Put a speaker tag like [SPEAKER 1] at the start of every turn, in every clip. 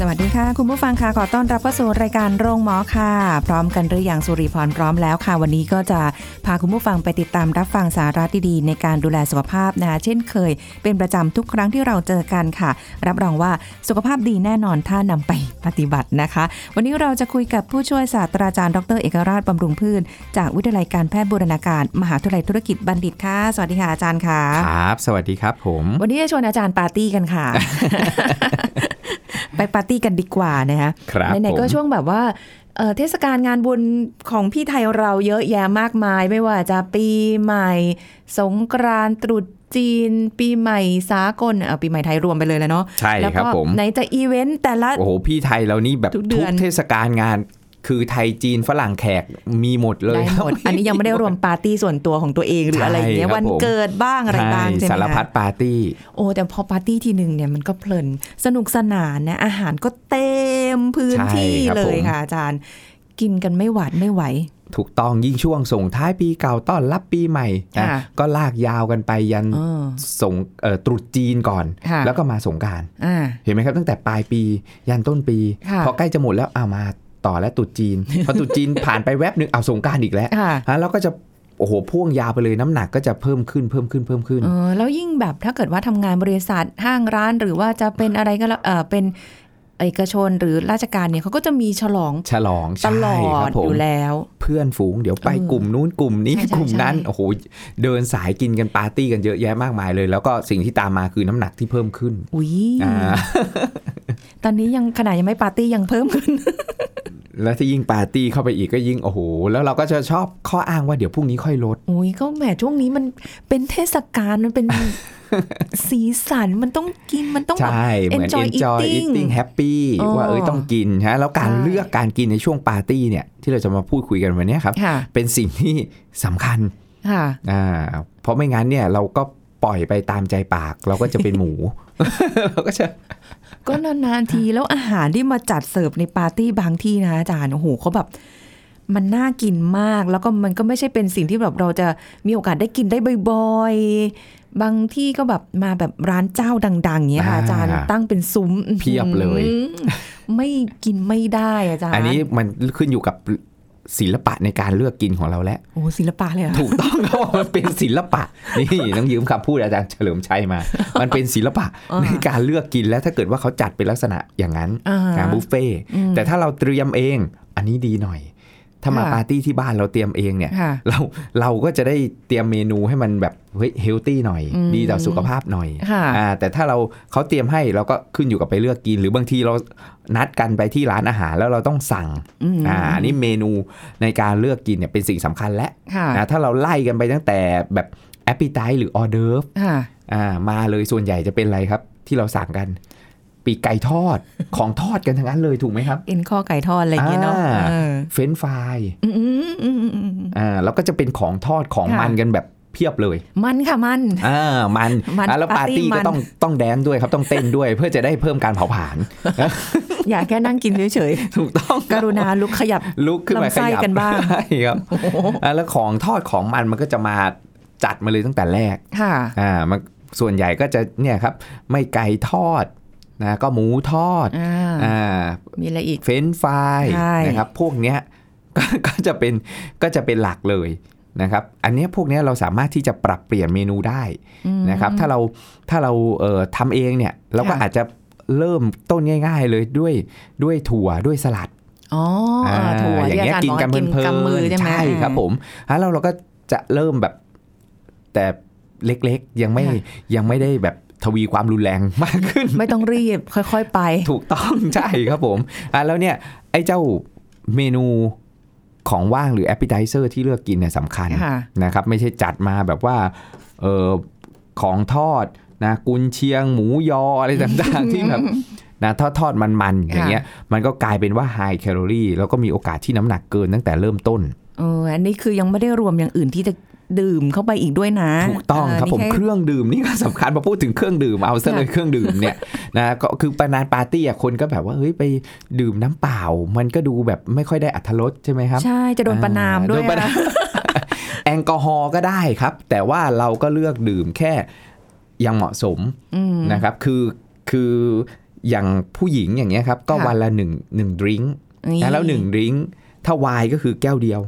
[SPEAKER 1] สวัสดีค่ะ คุณผู้ฟังค่ะขอต้อนรับเข้าสู่รายการโรงหมอค่ะ พร้อมกันหรือยังสุริพรพร้อมแล้วค่ะ วันนี้ก็จะพาคุณผู้ฟังไปติดตามรับฟังสาระดีๆในการดูแลสุขภาพนะคะเช่นเคย เป็นประจำทุกครั้งที่เราเจอกันค่ะ รับรองว่าสุขภาพดีแน่นอนถ้านำไปปฏิบัตินะคะ วันนี้เราจะคุยกับผู้ช่วยศาสตราจารย์ดรเอกราชบำรุงพืชจากวิทยาลัยการแพทย์บูรณาการ มหาวิทยาลัยธุรกิจบัณฑิตค่ะ สวัสดีค่ะอาจารย์ค่ะ
[SPEAKER 2] ครับ สวัสดีครับผม
[SPEAKER 1] วันนี้จะชวนอาจารย์ปาร์ตี้กันค่ะ ไปปาร์ตี้กันดีกว่านะคะ
[SPEAKER 2] ครับ
[SPEAKER 1] ไหนๆก็
[SPEAKER 2] ผม
[SPEAKER 1] ช่วงแบบว่าเอ่อเทศกาลงานบุญของพี่ไทยเราเยอะแยะมากมาย ไม่ว่าจะปีใหม่ สงกรานต์ตรุษจีน ปีใหม่สากลเอ่อปีใหม่ไทยรวมไปเลยแล้วเนาะ
[SPEAKER 2] ใช่
[SPEAKER 1] แล้ว
[SPEAKER 2] ครั
[SPEAKER 1] ก็
[SPEAKER 2] บผม
[SPEAKER 1] ไหนจะอีเวนต์แต่ละ
[SPEAKER 2] โอ้โห พี่ไทยเรานี่แบบ
[SPEAKER 1] ทุกเดื
[SPEAKER 2] ทุ
[SPEAKER 1] อก น
[SPEAKER 2] เทศกาลงาน คือไทยจีนฝรั่งแขกมีหมดเลย
[SPEAKER 1] ได้หมด
[SPEAKER 2] ครับ
[SPEAKER 1] อันนี้ยังไม่ได้ รวมปาร์ตี้ส่วนตัวของตัวเองหรืออะไรอย่างเงี้ย
[SPEAKER 2] ใช่ครับ
[SPEAKER 1] วัน
[SPEAKER 2] ผม
[SPEAKER 1] เกิดบ้างอะไรบ้างใช่ไหม
[SPEAKER 2] สาร
[SPEAKER 1] คะ
[SPEAKER 2] พัดปาร์ตี้
[SPEAKER 1] โอ้แต่พอปาร์ตี้ทีหนึ่งเนี่ยมันก็เพลิน สนุกสนานนะ อาหารก็เต็มพื้นที่
[SPEAKER 2] ใช่ครับ
[SPEAKER 1] เลย
[SPEAKER 2] ผม
[SPEAKER 1] ค่ะอาจารย์ กินกันไม่หวาดไม่ไหว
[SPEAKER 2] ถูกต้องยิ่งช่วงส่งท้ายปีเก่าต้อนรับปีใหม่นะ
[SPEAKER 1] ค่ะ
[SPEAKER 2] ก็ลากยาวกันไปยัน
[SPEAKER 1] เออ
[SPEAKER 2] ส่งเอ่อตรุษจีนก่อน
[SPEAKER 1] ค่ะ
[SPEAKER 2] แล้วก็มาสงกราร
[SPEAKER 1] อ่า
[SPEAKER 2] เห็นไหมครับตั้งแต่ปลายปียันต้นปี
[SPEAKER 1] ค่ะ
[SPEAKER 2] พอใกล้จะหมดแล้วเอามาต่อและตรุษจีน พอตรุษจีนผ่านไปแวบหนึ่งเอาสงกรารอีกแล้ว
[SPEAKER 1] ค่ะ
[SPEAKER 2] ฮะแล้วก็จะโอ้โหพ่วงยาวไปเลยน้ำหนักก็จะเพิ่มขึ้นเพิ่มขึ้นเพิ่มขึ้น
[SPEAKER 1] เออแล้วยิ่งแบบถ้าเกิดว่าทำงานบริษัทห้างร้านหรือว่าจะเป็นอะไรก็แล้วเออเป็นเอกชนหรือราชการเนี่ยเขาก็จะมีฉลอง
[SPEAKER 2] ฉลอง
[SPEAKER 1] ต
[SPEAKER 2] ใช่
[SPEAKER 1] ลอ
[SPEAKER 2] ครั
[SPEAKER 1] ด
[SPEAKER 2] บผม
[SPEAKER 1] อยู่แล้ว
[SPEAKER 2] เพื่อนฝูงเดี๋ยวไป
[SPEAKER 1] เออก
[SPEAKER 2] ลุ่มนู้นกลุ่มนี้
[SPEAKER 1] ใช่ใช่
[SPEAKER 2] กลุ่มนั้น
[SPEAKER 1] ใช่
[SPEAKER 2] โอ้โหเดินสายกินกันปาร์ตี้กันเยอะแยะมากมายเลย แล้วก็สิ่งที่ตามมาคือน้ำหนักที่เพิ่มขึ้น
[SPEAKER 1] อุ้ย
[SPEAKER 2] อ่า
[SPEAKER 1] ตอนนี้ยังขนาดยังไม่ปาร์ตี้ยังเพิ่มขึ้น
[SPEAKER 2] แล้วที่ยิ่งปาร์ตี้เข้าไปอีกก็ยิ่งโอ้โหแล้วเราก็จะชอบข้ออ้างว่าเดี๋ยวพรุ่งนี้ค่อยลด
[SPEAKER 1] โอ้ยก็แหมช่วงนี้มันเป็นเทศกาลมันเป็น สีสันมันต้องกินมันต้องแบบ
[SPEAKER 2] ใช่ เหมือน
[SPEAKER 1] enjoy
[SPEAKER 2] enjoy
[SPEAKER 1] eating
[SPEAKER 2] eating happy
[SPEAKER 1] อ๋อ
[SPEAKER 2] ว่าเอ้ยต้องกินฮะแล้วการ
[SPEAKER 1] ใช่
[SPEAKER 2] เลือกการกินในช่วงปาร์ตี้เนี่ยที่เราจะมาพูดคุยกันวันเนี้ยครับ
[SPEAKER 1] ค่ะ
[SPEAKER 2] เป็นสิ่งที่สำคัญ
[SPEAKER 1] ค่ะ
[SPEAKER 2] อ่าเพราะไม่งั้นเนี่ยเราก็ปล่อยไปตามใจปาก เราก็จะเป็นหมู เราก็จะ
[SPEAKER 1] ก็นานๆทีแล้วอาหารที่มาจัดเสิร์ฟในปาร์ตี้บางที่นะอาจารย์โอ้โหเขาแบบ มันน่ากินมากแล้วก็มันก็ไม่ใช่เป็นสิ่งที่แบบเราจะมีโอกาสได้กินได้บ่อยๆ บางที่ก็แบบมาแบบร้านเจ้าดัง ๆเงี้ยค่ะ
[SPEAKER 2] อ่า
[SPEAKER 1] อาจารย์ตั้งเป็นซุ้ม
[SPEAKER 2] เพียบเลย
[SPEAKER 1] อืมไม่กินไม่ได้อาจารย์
[SPEAKER 2] อันนี้มันขึ้นอยู่กับศิลปะในการเลือกกินของเราแล้ว
[SPEAKER 1] โอ้ศิลปะเลยเหรอะ
[SPEAKER 2] ถูกต้องครับว่ามันเป็นศิลปะ นี่ต้องยืมคำพูดอาจารย์เฉลิมชัยมา มันเป็นศิลปะในการเลือกกินแล้วถ้าเกิดว่าเขาจัดเป็นลักษณะอย่างนั้น
[SPEAKER 1] อ่า
[SPEAKER 2] งานบุฟเฟ่ต์
[SPEAKER 1] อืม
[SPEAKER 2] แต่ถ้าเราเตรียมเอง อันนี้ดีหน่อย ถ้ามา
[SPEAKER 1] ค่ะ
[SPEAKER 2] ปาร์ตี้ที่บ้านเราเตรียมเองเนี่ย
[SPEAKER 1] ค่ะ
[SPEAKER 2] เราเราก็จะได้เตรียมเมนูให้มันแบบเฮ้ยเฮลตี้หน่อย
[SPEAKER 1] อืม
[SPEAKER 2] ดีต่อสุขภาพหน่อย
[SPEAKER 1] ค่ะ
[SPEAKER 2] อ่าแต่ถ้าเราเขาเตรียมให้เราก็ขึ้นอยู่กับไปเลือกกิน หรือบางทีเรานัดกันไปที่ร้านอาหารแล้วเราต้องสั่ง
[SPEAKER 1] อืม
[SPEAKER 2] อ่าอันนี้เมนูในการเลือกกินเนี่ยเป็นสิ่งสำคัญและ
[SPEAKER 1] ค่ะ
[SPEAKER 2] นะถ้าเราไล่กันไปตั้งแต่แบบแอปเปิลไตหรือออเดอร์ฟ
[SPEAKER 1] ค่ะ
[SPEAKER 2] อ่ามาเลยส่วนใหญ่จะเป็นอะไรครับ ที่เราสั่งกัน ปีกไก่ทอ ด ของทอดกันทั้งนั้นเลยถูกไหมครับ
[SPEAKER 1] เอ็นข้อไก่ทอดอะไรอย่างเงี้ยเนาะ
[SPEAKER 2] อ่า
[SPEAKER 1] เออ
[SPEAKER 2] เฟรนฟราย
[SPEAKER 1] อืมอืมอืมอืมอืม
[SPEAKER 2] อ่าแล้วก็จะเป็นของทอดของ
[SPEAKER 1] ค่ะ
[SPEAKER 2] มันกันแบบเพียบเลย
[SPEAKER 1] มันค่ะมัน
[SPEAKER 2] อ่ามัน
[SPEAKER 1] มัน
[SPEAKER 2] อ่าแล้วปาร์ตี้
[SPEAKER 1] ปาร์ตี้มั
[SPEAKER 2] ก็
[SPEAKER 1] น
[SPEAKER 2] ต้องต้องแดนซ์ด้วยครับต้องเต้นด้วย เพื่อจะได้เพิ่มการเผาผลาญ
[SPEAKER 1] อย่าแค่นั่งกินเฉย
[SPEAKER 2] ถูกต้อง
[SPEAKER 1] ๆ กรุณาลุกขยับ
[SPEAKER 2] ลุกขึ้นมา
[SPEAKER 1] ลำ
[SPEAKER 2] ข
[SPEAKER 1] ไส้
[SPEAKER 2] ยับ
[SPEAKER 1] กันบ้าง
[SPEAKER 2] ใช่ครับอ่าแล้วของทอดของมันมันก็จะมาจัดมาเลยตั้งแต่แรก
[SPEAKER 1] ค่ะ
[SPEAKER 2] อ่ามันส่วนใหญ่ก็จะเนี่ยครับ ไม่ไก่ทอดนะก็หมูทอด
[SPEAKER 1] อ่า
[SPEAKER 2] อ่า
[SPEAKER 1] มีอะไรอีก
[SPEAKER 2] เฟรนช์ฟราย
[SPEAKER 1] ใช่
[SPEAKER 2] นะครับพวกเนี้ย ก็ก็จะเป็นก็จะเป็นหลักเลยนะครับอันเนี้ยพวกเนี้ยเราสามารถที่จะปรับเปลี่ยนเมนูได้
[SPEAKER 1] อืม
[SPEAKER 2] นะครับถ้าเราถ้าเราเอ่อทำเองเนี่ยเราก็
[SPEAKER 1] ค่ะ
[SPEAKER 2] อาจจะเริ่มต้นง่าย ๆ เลยด้วยด้วยถั่วด้วยสลัด
[SPEAKER 1] อ๋ออ่า
[SPEAKER 2] า
[SPEAKER 1] ถั่ว
[SPEAKER 2] อย่างเงี้ย
[SPEAKER 1] ที่
[SPEAKER 2] กินกัน
[SPEAKER 1] บอ
[SPEAKER 2] เพลิ
[SPEAKER 1] กิ
[SPEAKER 2] น
[SPEAKER 1] กำมือใช่
[SPEAKER 2] ๆ
[SPEAKER 1] ไหม
[SPEAKER 2] ใช่ครับผมแล้วเราเราก็จะเริ่มแบบแต่เล็กๆยังไม่
[SPEAKER 1] ค่ะ
[SPEAKER 2] ยังไม่ได้แบบทวีความรุนแรงมากขึ้น
[SPEAKER 1] ไม่ต้องรีบ ค่อยๆไป
[SPEAKER 2] ถูกต้อง ใช่ครับผมอ่ะแล้วเนี่ยไอ้เจ้าเมนูของว่างหรือ appetizer ที่เลือกกินเนี่ยสำคัญ
[SPEAKER 1] ค่ะ
[SPEAKER 2] นะครับ ไม่ใช่จัดมาแบบว่าเออของทอด นะกุนเชียงหมูยออะไรต่ างๆ ที่แบบนะทอดทอดมันๆอย่างเงี้ยมันก็กลายเป็นว่าไฮแคลอรี่แล้วก็มีโอกาสที่น้ำหนักเกินตั้งแต่เริ่มต้น
[SPEAKER 1] เอออันนี้คือยังไม่ได้รวมอย่างอื่นที่จะดื่มเข้าไปอีกด้วยนะ
[SPEAKER 2] ถูกต้องครับผม
[SPEAKER 1] เออนี่แ
[SPEAKER 2] เครื่องดื่มนี่ก็สำคัญพอพูดถึงเครื่องดื่มเอาซะเลยเครื่องดื่มเนี่ยนะก็คือไปนานปาร์ตี้อะคนก็แบบว่าเฮ้ยไปดื่มน้ำเปล่า มันก็ดูแบบไม่ค่อยได้อัธรสใช่ไหมครับ
[SPEAKER 1] ใช่จะโดนประนามด้วย
[SPEAKER 2] โประนาม แอลกอฮอล์ก็ได้ครับ แต่ว่าเราก็เลือกดื่มแค่อยังเหมาะสม
[SPEAKER 1] อืม
[SPEAKER 2] นะครับคือคืออย่างผู้หญิงอย่างเงี้ยครับ ก็
[SPEAKER 1] ค่ะ
[SPEAKER 2] วันละหนึ่งหนึ่งดริงก์นะแล้วหนึ่งดริงก์ถ้าวายก็คือแก้วเดียว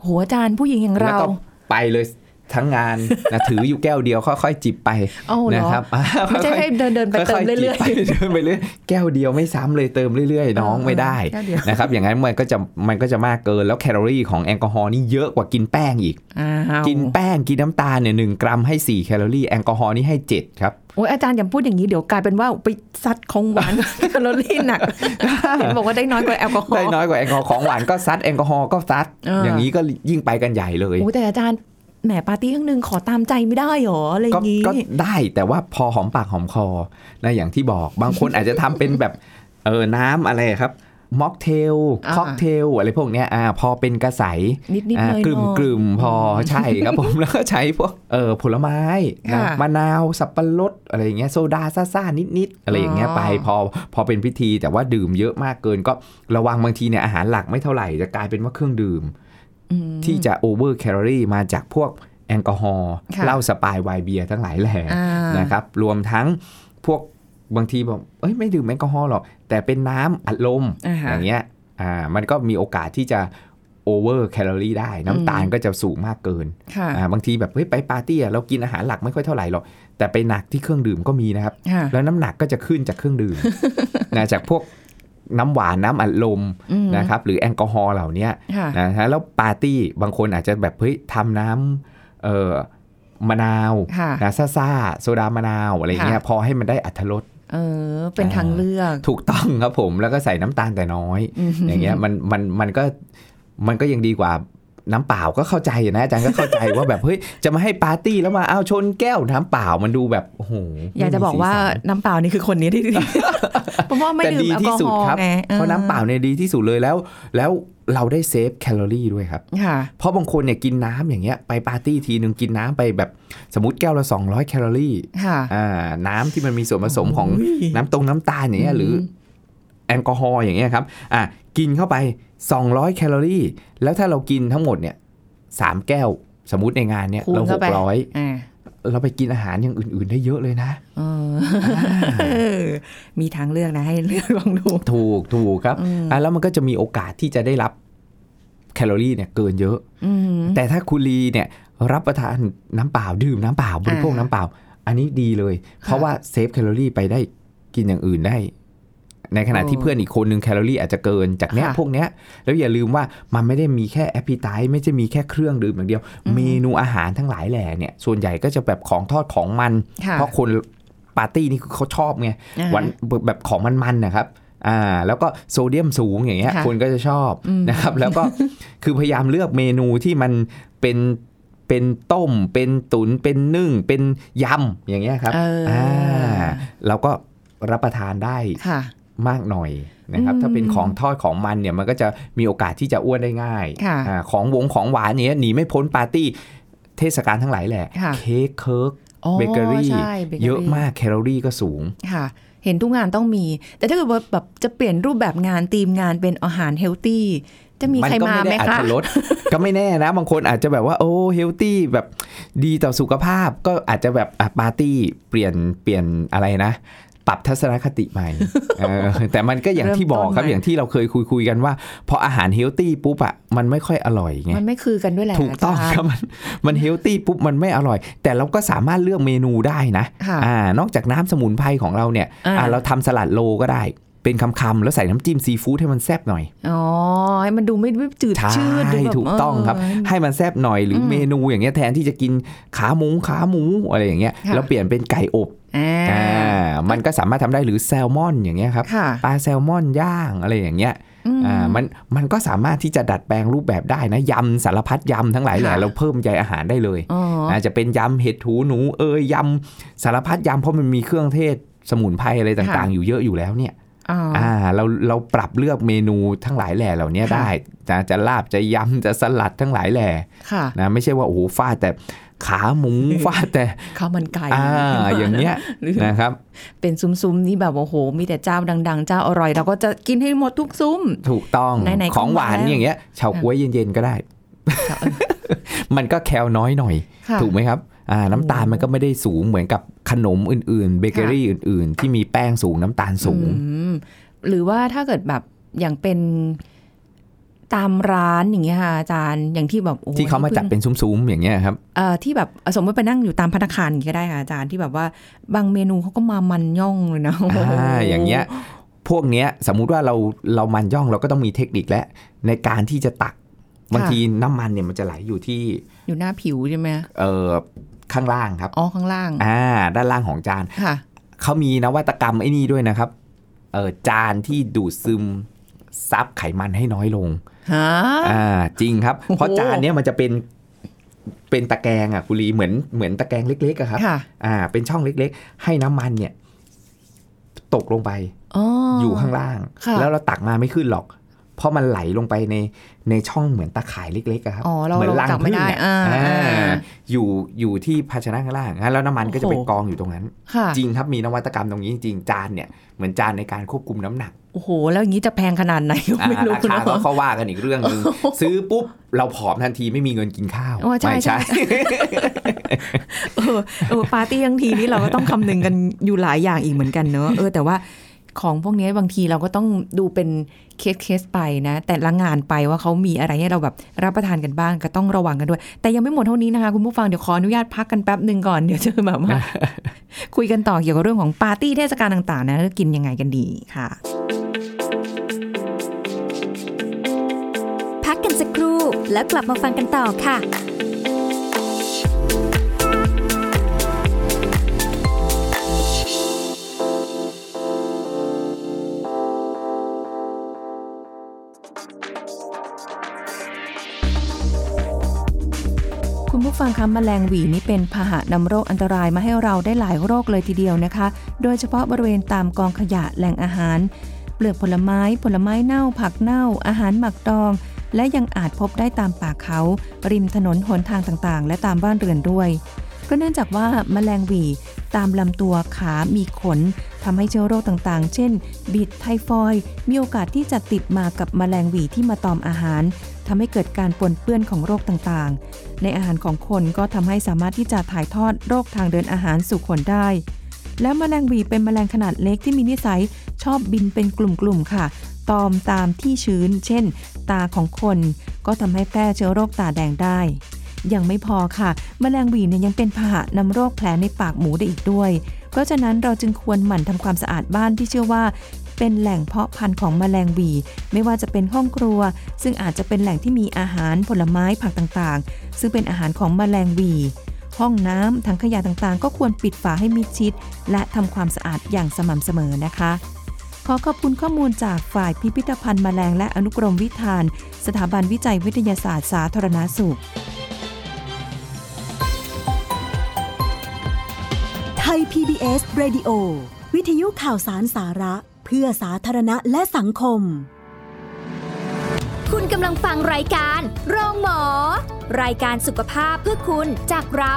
[SPEAKER 1] โหอาจารย์ผู้หญิงอย่าง
[SPEAKER 2] แล้ว
[SPEAKER 1] เรา
[SPEAKER 2] ก็ไปเลยทั้งงาน นะถืออยู่แก้วเดียวค่อยๆ จิบไป
[SPEAKER 1] เอ้าเหร
[SPEAKER 2] นะ
[SPEAKER 1] อ
[SPEAKER 2] ครับ
[SPEAKER 1] ไม่ใช่ให้เดินเดินๆไป
[SPEAKER 2] ค่
[SPEAKER 1] เติม
[SPEAKER 2] ๆ
[SPEAKER 1] เรื่อย
[SPEAKER 2] จิบไปเรื่อยๆไปเรื่อยแก้วเดียวไม่ซ้ำเลยเติมเรื่อย
[SPEAKER 1] ๆ
[SPEAKER 2] ๆ น้องไม่ได้
[SPEAKER 1] แค่เดียว
[SPEAKER 2] นะครับอย่างนั้นมันก็จะมันก็จะมากเกินแล้วแคลอรี่ของแอลกอฮอล์นี่เยอะกว่ากินแป้งอีก
[SPEAKER 1] อ้าว
[SPEAKER 2] กินแป้งกินน้ำตาลเนี่ยหนึ่งกรัมให้ 4 แคลอรี่แอลกอฮอล์นี่ให้ 7 ครับ
[SPEAKER 1] โอ้ยอาจารย์อย่าพูดอย่างนี้เดี๋ยวกลายเป็นว่าไปซัดของหวาน แคลอรี่หนักเห็นบอกว่าได้น้อยกว่าแอลกอฮอ
[SPEAKER 2] ได้
[SPEAKER 1] ล์
[SPEAKER 2] น้อยกว่าแอลกอฮอล์ของหวานก็ซัดแอลกอฮอล์ก็ซัด
[SPEAKER 1] อ่า
[SPEAKER 2] อย่างนี้ก็ยิ่งไปกันใหญ่เลย
[SPEAKER 1] โอ้ยแต่อาจารย์แหมปาร์ตี้ข้างหนึงขอตามใจไม่ได้หรออะไรอก ย่างนี้
[SPEAKER 2] ก็ได้แต่ว่าพอหอมปากหอมคอนะอย่างที่บอกบางคนอาจจะทำเป็นแบบเออน้ำอะไรครับม็อกเทล
[SPEAKER 1] อ่า
[SPEAKER 2] ค็อกเทลอะไรพวกเนี้ยอ่าพอเป็นกระใส
[SPEAKER 1] นิดนิด
[SPEAKER 2] อ่า
[SPEAKER 1] หน่อย
[SPEAKER 2] กลุ่ม
[SPEAKER 1] หน่อย
[SPEAKER 2] กลุ่มพอใช่ครับผม แล้วก็ใช้พวกเออผลไม้นะ
[SPEAKER 1] ค่ะ
[SPEAKER 2] มะนาวสับปะรดอะไรอย่างเงี้ยโซดาซ่าๆนิดๆอะไรอย่างเงี้ยไป
[SPEAKER 1] อ๋อ
[SPEAKER 2] พอพอเป็นพิธีแต่ว่าดื่มเยอะมากเกิน ก็ระวังบางทีเนี่ยอาหารหลักไม่เท่าไหร่จะกลายเป็นว่าเครื่องดื่ม
[SPEAKER 1] อืม
[SPEAKER 2] ที่จะโอเวอร์แคลอรี่มาจากพวกแอลกอฮอล์
[SPEAKER 1] ค่ะ
[SPEAKER 2] เหล้าสปายไวน์เบียร์ทั้งหลายแหล่
[SPEAKER 1] อ่าน
[SPEAKER 2] นะครับรวมทั้งพวกบางทีบอกเอ้ยไม่ดื่มแอลกอฮอล์หรอก แต่เป็นน้ำอัดลม
[SPEAKER 1] อ่าฮะ
[SPEAKER 2] อย่างเงี้ยอ่ามันก็มีโอกาสที่จะโอเวอร์แคลอรี่ได้น้ำตาลก็จะสูงมากเกิน
[SPEAKER 1] ค่ะ
[SPEAKER 2] อ่าบางทีแบบเฮ้ยไปปาร์ตี้อะเรากินอาหารหลักไม่ค่อยเท่าไหร่หรอกแต่ไปหนักที่เครื่องดื่มก็มีนะครับ
[SPEAKER 1] ค่ะ
[SPEAKER 2] แล้วน้ำหนักก็จะขึ้นจากเครื่อง ดื่ม นะจากพวกน้ำหวานน้ำอัดลม
[SPEAKER 1] อืม
[SPEAKER 2] นะครับหรือแอลกอฮอล์เหล่าเนี้ย
[SPEAKER 1] ค่ะ
[SPEAKER 2] นะฮะแล้วปาร์ตี้บางคนอาจจะแบบเฮ้ยทำน้ำเอ่อมะนาว
[SPEAKER 1] ค่ะ
[SPEAKER 2] นะซ่าซาๆโซดามะนาวอะไรอย่างเงี้ยพอให้มันได้อัตรส
[SPEAKER 1] เออ เป็นทางเลือก
[SPEAKER 2] ถูกต้องครับผมแล้วก็ใส่น้ำตาลแต่น้อย อย่างเงี้ยมันมันมันก็มันก็ยังดีกว่าน้ำเปล่าก็เข้าใจนะอาจารย์ก็เข้าใจว่าแบบเฮ้ย จะมาให้ปาร์ตี้แล้วมาเอาชนแก้วน้ำเปล่ามันดูแบบโอ้โห
[SPEAKER 1] อยากจะบอกว่า
[SPEAKER 2] ไม่มีสีสัน
[SPEAKER 1] น้ำเปล่านี่คือคนนี้ ที่ เพราะว่าไม่
[SPEAKER 2] แต่
[SPEAKER 1] ดื่ม
[SPEAKER 2] ดี
[SPEAKER 1] แอล
[SPEAKER 2] ที่
[SPEAKER 1] กอ
[SPEAKER 2] สุ
[SPEAKER 1] ฮ
[SPEAKER 2] ด
[SPEAKER 1] อล์
[SPEAKER 2] ครับ
[SPEAKER 1] ไงออ
[SPEAKER 2] เพราะน้ำเปล่าเนี่ยดีที่สุดเลยแล้ว แล้วเราได้เซฟแคลอรี่ด้วยครับ
[SPEAKER 1] ค่ะ
[SPEAKER 2] เพราะบางคนเนี่ยกินน้ำอย่างเงี้ยไปปาร์ตี้ทีหนึ่งกินน้ำไปแบบสมมติแก้วละ 200 แคลอรี่
[SPEAKER 1] ค่ะ
[SPEAKER 2] อ่าน้ำที่มันมีส่วนผสมของน้ำตรงน้ำตาลอย่างเงี้ยหรือแอลกอฮอล์อย่างเงี้ยครับอ่ะกินเข้าไป 200 แคลอรี่ แล้วถ้าเรากินทั้งหมดเนี่ยสามแก้วสมมติในงานเนี่ย
[SPEAKER 1] คูณ
[SPEAKER 2] เราห
[SPEAKER 1] เข้าก ไป
[SPEAKER 2] ร้อย
[SPEAKER 1] อ่า
[SPEAKER 2] เราไปกินอาหารอย่างอื่น ๆ ได้เยอะเลยนะ
[SPEAKER 1] เออเออ มีทางเลือกนะให้เลือกลองดู
[SPEAKER 2] ถูกถูกครับ
[SPEAKER 1] อืม
[SPEAKER 2] อ่ะแล้วมันก็จะมีโอกาสที่จะได้รับแคลอรี่เนี่ยเกินเยอะ
[SPEAKER 1] อืม
[SPEAKER 2] แต่ถ้าคุณลีเนี่ยรับประทานน้ำเปล่าดื่มน้ำเปล่าบริโภค
[SPEAKER 1] อ่า
[SPEAKER 2] น้ำเปล่า อันนี้ดีเลย เพราะว่าเซฟแคลอรี่ไปได้กินอย่างอื่นได้ ในขณะ
[SPEAKER 1] โอ้
[SPEAKER 2] ที่เพื่อนอีกคนนึงแคลอรี่อาจจะเกินจากเนี้ย
[SPEAKER 1] ค่ะ
[SPEAKER 2] พวกเนี้ยแล้วอย่าลืมว่ามันไม่ได้มีแค่แอปเปิลไตไม่ใช่มีแค่เครื่องดื่มอย่างเดียว
[SPEAKER 1] อืม
[SPEAKER 2] เมนูอาหารทั้งหลายแหล่เนี่ยส่วนใหญ่ก็จะแบบของทอดของมัน
[SPEAKER 1] ค่ะ
[SPEAKER 2] เพราะคนปาร์ตี้นี่คือเขาชอบไง
[SPEAKER 1] อ่า
[SPEAKER 2] หวานแบบของมันๆนะครับ อ่า แล้วก็โซเดียมสูงอย่างเงี้ย
[SPEAKER 1] ค่ะ
[SPEAKER 2] คนก็จะชอบ
[SPEAKER 1] อืม
[SPEAKER 2] นะครับ แล้วก็ คือพยายามเลือกเมนูที่มันเป็นเป็นต้ม เป็นตุนเป็นนึ่ง เป็นยำอย่างเงี้ยครับ
[SPEAKER 1] เอออ
[SPEAKER 2] เราก็รับประทานได้
[SPEAKER 1] ค่ะ
[SPEAKER 2] มากหน่อยนะครับ
[SPEAKER 1] อืม
[SPEAKER 2] ถ้าเป็นของทอดของมันเนี่ยมันก็จะมีโอกาสที่จะอ้วนได้ง่าย
[SPEAKER 1] ค่ะ
[SPEAKER 2] อาของวงของหวานอย่างเนี้ยหนีไม่พ้นปาร์ตี้เทศกาลทั้งหลายแหละ
[SPEAKER 1] ค่ะ
[SPEAKER 2] เค้กเคิร์ก เบเกอรี่
[SPEAKER 1] ใช่บก
[SPEAKER 2] เยอะมากแคลอรี่ก็สูง
[SPEAKER 1] ค่ะ เห็นทุกงานต้องมี แต่ถ้าเกิดว่าแบบจะเปลี่ยนรูปแบบงานธีมงานเป็นอาหารเฮลตี้ จะมีใครมาไหม
[SPEAKER 2] นก็ด้อั
[SPEAKER 1] คะ
[SPEAKER 2] ตรส ก็ไม่แน่นะ บางคนอาจจะแบบว่าโอ้เฮลตี้แบบดีต่อสุขภาพก็อาจจะแบบอ่ะปาร์ตี้เปลี่ยนเปลี่ยนอะไรนะ ปรับทัศนคติใหม่เออแต่มันก็อย่างที่บอกครับอย่างที่เราเคยคุยคุยๆกันว่าพออาหารเฮลตี้ปุ๊บอะมันไม่ค่อยอร่อยไง
[SPEAKER 1] มันไม่คือกันด้วยแหละ
[SPEAKER 2] ถูกต้อง
[SPEAKER 1] าจาย์
[SPEAKER 2] ครับมันมันเฮลตี้ปุ๊บมันไม่อร่อย แต่เราก็สามารถเลือกเมนูได้นะ
[SPEAKER 1] ค่ะ
[SPEAKER 2] อ่านอกจากน้ำสมุนไพรของเราเนี่ย
[SPEAKER 1] อ่า
[SPEAKER 2] อ่ะเราทำสลัดโลก็ได้ เป็นคำๆแล้วใส่น้ำจิ้มซีฟู้ดให้มันแซ่บหน่อย
[SPEAKER 1] อ๋อให้มันดูไม่ไม่จืด
[SPEAKER 2] ใช่
[SPEAKER 1] ชืดดูแบบ
[SPEAKER 2] ถูกต้องครับ
[SPEAKER 1] เ
[SPEAKER 2] ให้มันแซบหน่อยหรืออ
[SPEAKER 1] ม
[SPEAKER 2] เมนูอย่างเงี้ยแทนที่จะกินขาหมูขาหมูอะไรอย่างเงี้ย
[SPEAKER 1] ค่ะ
[SPEAKER 2] แล้วเปลี่ยนเป็นไก่อบ
[SPEAKER 1] อ่า
[SPEAKER 2] อ่ามันก็สามารถทำได้หรือแซลมอนอย่างเงี้ยครับ
[SPEAKER 1] ค่ะ
[SPEAKER 2] ปลาแซลมอนย่างอะไรอย่างเงี้ย
[SPEAKER 1] อืม
[SPEAKER 2] อ่ามันมันก็สามารถที่จะดัดแปลงรูปแบบได้นะยำสารพัดยำทั้งหลายแหละ
[SPEAKER 1] ค่ะ
[SPEAKER 2] เราเพิ่มใยอาหารได้เลย
[SPEAKER 1] อ๋อ
[SPEAKER 2] นะจะเป็นยำเห็ดหูหนูเอยยำสารพัดยำเพราะมันมีเครื่องเทศสมุนไพรอะไรต่างๆ อยู่เยอะอยู่แล้วเนี่ย
[SPEAKER 1] อ๋ออ
[SPEAKER 2] อ่าเราเราปรับเลือกเมนูทั้งหลายแหล่เหล่านี้
[SPEAKER 1] ค่ะ
[SPEAKER 2] ได้จะจะลาบจะยำจะสลัดทั้งหลายแหล่
[SPEAKER 1] ค่ะ
[SPEAKER 2] นะไม่ใช่ว่าโอ้โหฟาดแต่ขา หมูฟาดแต่
[SPEAKER 1] ข้าวมันไก่
[SPEAKER 2] อ่าอย่างเงี้ย
[SPEAKER 1] หรือ
[SPEAKER 2] นะครับ
[SPEAKER 1] เป็นซุ้มๆนี่แบบโอ้โห มีแต่เจ้าดัง ๆ เจ้าอร่อย เราก็จะกินให้หมดทุกซุ้ม
[SPEAKER 2] ถูกต้อง
[SPEAKER 1] ไหนๆก็
[SPEAKER 2] ของหวาน
[SPEAKER 1] มาแล้ว
[SPEAKER 2] อย่างเงี้ยเฉาก๊วยเย็นๆก็ได้
[SPEAKER 1] ค่ะ
[SPEAKER 2] มันก็แคลน้อยหน่อย
[SPEAKER 1] ค่ะ
[SPEAKER 2] ถูกไหมครับอ่าน้ำตาลมันก็ไม่ได้สูงเหมือนกับขนมอื่นๆ เบเกอรี่อื่นๆ ที่มีแป้งสูงน้ำตาลสูง
[SPEAKER 1] อืมหรือว่าถ้าเกิดแบบอย่างเป็นตามร้านอย่างเงี้ยค่ะอาจารย์อย่างที่แบบโอ้โห
[SPEAKER 2] ที่เขามาจัดเป็นซุ้มๆอย่างเงี้ยครับ
[SPEAKER 1] เอ่อที่แบบสมมติไปนั่งอยู่ตามพัตตาคารอย่างเงี้ยก็ได้ค่ะอาจารย์ที่แบบว่าบางเมนูเขาก็มามันย่องเลยนะโโห
[SPEAKER 2] อ่าอย่างเงี้ยพวกเนี้ยสมมุติว่าเราเรามันย่องเราก็ต้องมีเทคนิคและในการที่จะตักบาง
[SPEAKER 1] ค่ะ
[SPEAKER 2] ทีน้ำมันเนี่ยมันจะไหลอยู่ที่
[SPEAKER 1] อยู่หน้าผิวใช่ไหม
[SPEAKER 2] เอ่อข้างล่างครับ
[SPEAKER 1] อ๋อข้างล่าง
[SPEAKER 2] อ่าด้านล่างของจาน
[SPEAKER 1] ค่ะ
[SPEAKER 2] เขามีนวัตกรรมไอ้นี่ด้วยนะครับเอ่อจานที่ดูดซึมซับไขมันให้น้อยลง
[SPEAKER 1] ฮะ
[SPEAKER 2] อ่าจริงครับ
[SPEAKER 1] โอ้โห
[SPEAKER 2] เพราะจานเนี้ยมันจะเป็นเป็นตะแกรงอ่ะกุลีเหมือนเหมือนตะแกรงเล็กๆอะครับ
[SPEAKER 1] ค่ะ
[SPEAKER 2] อ่าเป็นช่องเล็กๆ ให้น้ำมันเนี่ยตกลงไป
[SPEAKER 1] อ๋อ
[SPEAKER 2] อ
[SPEAKER 1] อ
[SPEAKER 2] ยู่ข้างล่าง
[SPEAKER 1] ค่ะ
[SPEAKER 2] แล้วเราตักมาไม่ขึ้นหรอก เพราะมันไหลลงไปในในช่องเหมือนตาข่ายเล็กๆอะครับ
[SPEAKER 1] อ๋อเรา
[SPEAKER 2] มือน
[SPEAKER 1] เราจับไม่ได้
[SPEAKER 2] ผึ้งอะ
[SPEAKER 1] อ่า
[SPEAKER 2] อ่า
[SPEAKER 1] อ่า
[SPEAKER 2] อยู่อยู่ที่ภาชนะข้างล่างงั้นแล้วน้ำมันก็จะ
[SPEAKER 1] โอ้
[SPEAKER 2] ไป
[SPEAKER 1] โห
[SPEAKER 2] กองอยู่ตรงนั้น
[SPEAKER 1] ค่ะ
[SPEAKER 2] จริงครับมีนวัตกรรมตรงนี้จริงๆจานเนี่ยเหมือนจานในการควบคุมน้ำหนัก
[SPEAKER 1] โอ้โห แล้วอย่างนี้จะแพงขนาดไหนก็
[SPEAKER 2] อ่า
[SPEAKER 1] ไม่รู้
[SPEAKER 2] ราคา
[SPEAKER 1] เนาะ
[SPEAKER 2] ก็เขาว่ากันอีกเรื่องหนึงซื้อปุ๊บเราผอมทันทีไม่มีเงินกินข้าว
[SPEAKER 1] โอ้ใช่
[SPEAKER 2] ไม่
[SPEAKER 1] ใช่ เออเออปาร์ตี้ทั้งทีนี้เราก็ต้องคำนึงกันอยู่หลายอย่างอีกเหมือนกันเนอะเออแต่ว่าของพวกนี้บางทีเราก็ต้องดูเป็นเคสเคสๆไปนะ แต่ละงานไปว่าเขามีอะไรให้เราแบบรับประทานกันบ้างก็ต้องระวังกันด้วย แต่ยังไม่หมดเท่านี้นะคะคุณผู้ฟังเดี๋ยวขออนุญาตพักกันแป๊บหนึ่งก่อนเดี๋ยวเจอแบบว่า คุยกันต่อเกี่ยวกับเรื่องของปาร์ตี้เทศกาลต่างๆนะแล้วกินยังไงกันดีค่ะ
[SPEAKER 3] พักกันสักครู่แล้วกลับมาฟังกันต่อค่ะ
[SPEAKER 1] คุณผู้ฟังคะแมลงหวีนี่เป็นพาหะนำโรคอันตรายมาให้เราได้หลายโรคเลยทีเดียวนะคะ โดยเฉพาะบริเวณตามกองขยะแหล่งอาหาร เปลือกผลไม้ ผลไม้เน่า ผักเน่า อาหารหมักดอง และยังอาจพบได้ตามป่าเขา ริมถนนหนทางต่างๆ และตามบ้านเรือนด้วย ก็เนื่องจากว่าแมลงหวีตามลำตัวขามีขนทำให้เชื้อโรคต่างๆ เช่น บิดไทฟอยด์มีโอกาสที่จะติดมากับแมลงหวีที่มาตอมอาหารทำให้เกิดการปนเปื้อนของโรคต่างๆ ในอาหารของคนก็ทำให้สามารถที่จะถ่ายทอดโรคทางเดินอาหารสู่คนได้ และแมลงหวีเป็นแมลงขนาดเล็กที่มีนิสัยชอบบินเป็นกลุ่มๆค่ะ ตอมตามที่ชื้น เช่น ตาของคน ก็ทำให้แพร่เชื้อโรคตาแดงได้ ยังไม่พอค่ะ แมลงหวีเนี่ยยังเป็นพาหะนำโรคแผลในปากหมูได้อีกด้วย เพราะฉะนั้นเราจึงควรหมั่นทำความสะอาดบ้านที่เชื่อว่า เป็นแหล่งเพาะพันธุ์ของแมลงหวี ไม่ว่าจะเป็นห้องครัว ซึ่งอาจจะเป็นแหล่งที่มีอาหารผลไม้ผักต่างๆ ซึ่งเป็นอาหารของแมลงหวี ห้องน้ำถังขยะต่างๆ ก็ควรปิดฝาให้มิดชิด และทำความสะอาดอย่างสม่ำเสมอนะคะ ขอขอบคุณข้อมูลจากฝ่ายพิพิธภัณฑ์แมลงและอนุกรมวิธาน สถาบันวิจัยวิทยาศาสตร์สาธารณาสุข
[SPEAKER 4] ไทย PBS Radio วิทยุข่าวสารสาระ เพื่อสาธารณะและสังคม
[SPEAKER 3] คุณกำลังฟังรายการโรงหมอ รายการสุขภาพเพื่อคุณจากเรา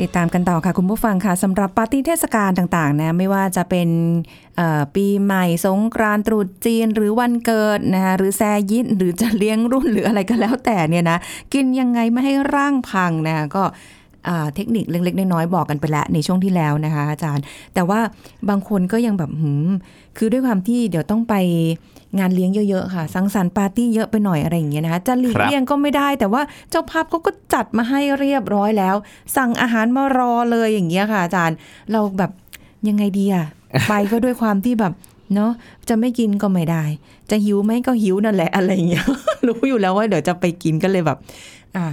[SPEAKER 1] ติดตามกันต่อค่ะคุณผู้ฟังค่ะสำหรับปาร์ตี้เทศกาลต่างๆนะไม่ว่าจะเป็นเอ่อปีใหม่สงกรานต์ตรุษจีนหรือวันเกิดนะคะหรือแซยินหรือจะเลี้ยงรุ่นหรืออะไรก็แล้วแต่เนี่ยนะกินยังไงไม่ให้ร่างพังนะคะก็อ่าเทคนิคเล็ก ๆ น้อยๆบอกกันไปแล้วในช่วงที่แล้วนะคะอาจารย์ แต่ว่าบางคนก็ยังแบบหืมคือด้วยความที่เดี๋ยวต้องไปงานเลี้ยงเยอะๆค่ะสังสรรค์ปาร์ตี้เยอะไปหน่อยอะไรอย่างเงี้ยนะคะจะหลีก
[SPEAKER 2] ครับ
[SPEAKER 1] เลี่ยงก็ไม่ได้ แต่ว่าเจ้าภาพเขาก็จัดมาให้เรียบร้อยแล้ว สั่งอาหารมารอเลยอย่างเงี้ยค่ะ อาจารย์ เราแบบยังไงดีอะไปก็ด้วยความที่แบบเนาะจะไม่กินก็ไม่ได้ จะหิวไหมก็หิวนั่นแหละ อะไรอย่างเงี้ย รู้อยู่แล้วว่าเดี๋ยวจะไปกินก็เลยแบบ อ่า